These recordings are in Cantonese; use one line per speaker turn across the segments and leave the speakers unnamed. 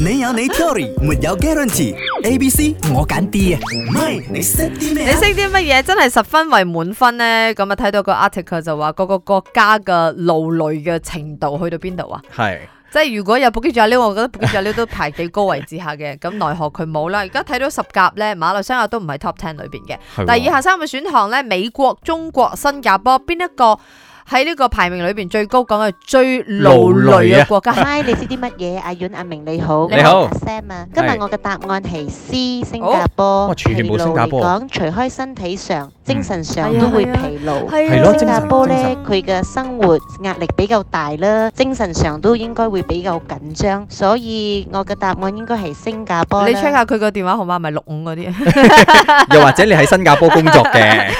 你有你 theory，沒有 guarantee。A、B、C 我揀 D 啊，唔係你識啲咩
你
啊
識啲乜嘢真係十分為滿分呢？咁啊睇到個 article 就話各個國家嘅勞累嘅程度去到邊度啊？
係
即係如果有 Bukit Jalil，我覺得 Bukit Jalil 都排幾高位置下嘅。咁奈何佢冇啦。而家睇到十甲呢，馬來西亞都唔係 top ten 裏邊嘅。
係
但係以
喎
下三個選項呢，美國、中國、新加坡邊一個喺呢個排名裏邊最高？講嘅最勞累
啊
嘅國家。
Hi，你知啲乜嘢？阿阮、阿明你好，
你好
我係 Sam 啊。今日
係
我嘅答案係 C，新加坡。
哇全部
疲勞
新加坡
嚟講，除開身體上、精神上
嗯
都會
係啊
疲勞。
係咯
新加坡呢
精神，
佢嘅生活壓力比較大啦，精神上都應該會比較緊張，所以我嘅答案應該係新加坡啦。
你 check 下佢個電話號碼係咪六五嗰啲？
又或者你喺新加坡工作 嘅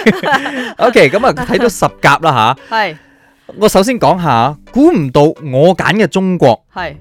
，OK，咁啊睇到十甲啦
係
吓，我首先講下，估唔到我揀嘅中國
係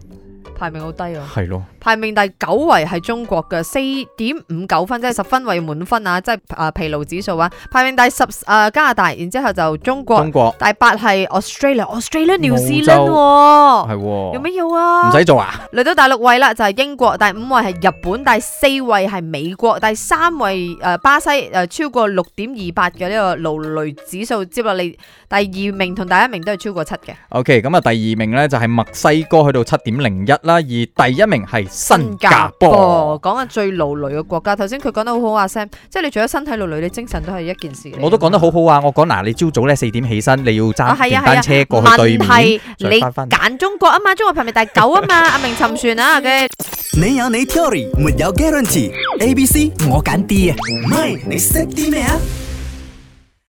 排名好低喎。
係咯，
排名第九位係中國嘅四點五九分，即係十分為滿分啊！即係啊疲勞指數啊。排名第十啊加拿大，然之後就中國。
中國
第八係 Australia，Australia New
澳洲
Zealand 喎
係喎
有咩要啊？
唔使做啊，
嚟到第六位啦，就係英國，第五位係日本，第四位係美國，第三位誒巴西誒超過六點二八嘅呢個勞累指數，接落嚟第二名同第一名都係超過七嘅。
OK，咁啊，第二名呢就係墨西哥，去到七點零一啦，而第一名係新加坡。
哦講緊最勞累嘅國家，頭先佢講得好好啊 Sam，即係你除咗身體勞累，你精神都係一件事嚟。
我都講得好好啊！我講嗱，你朝早呢四點起身，你要揸
啊係
電
啊係啊
單車過去對面，
問題
再
你
翻返嚟
揀中國啊嘛，中國排名第九啊嘛，阿明沉船啊嘅。
你有你 theory，沒有 guarantee。A、B、C 我揀 D 啊，唔係你識啲咩啊？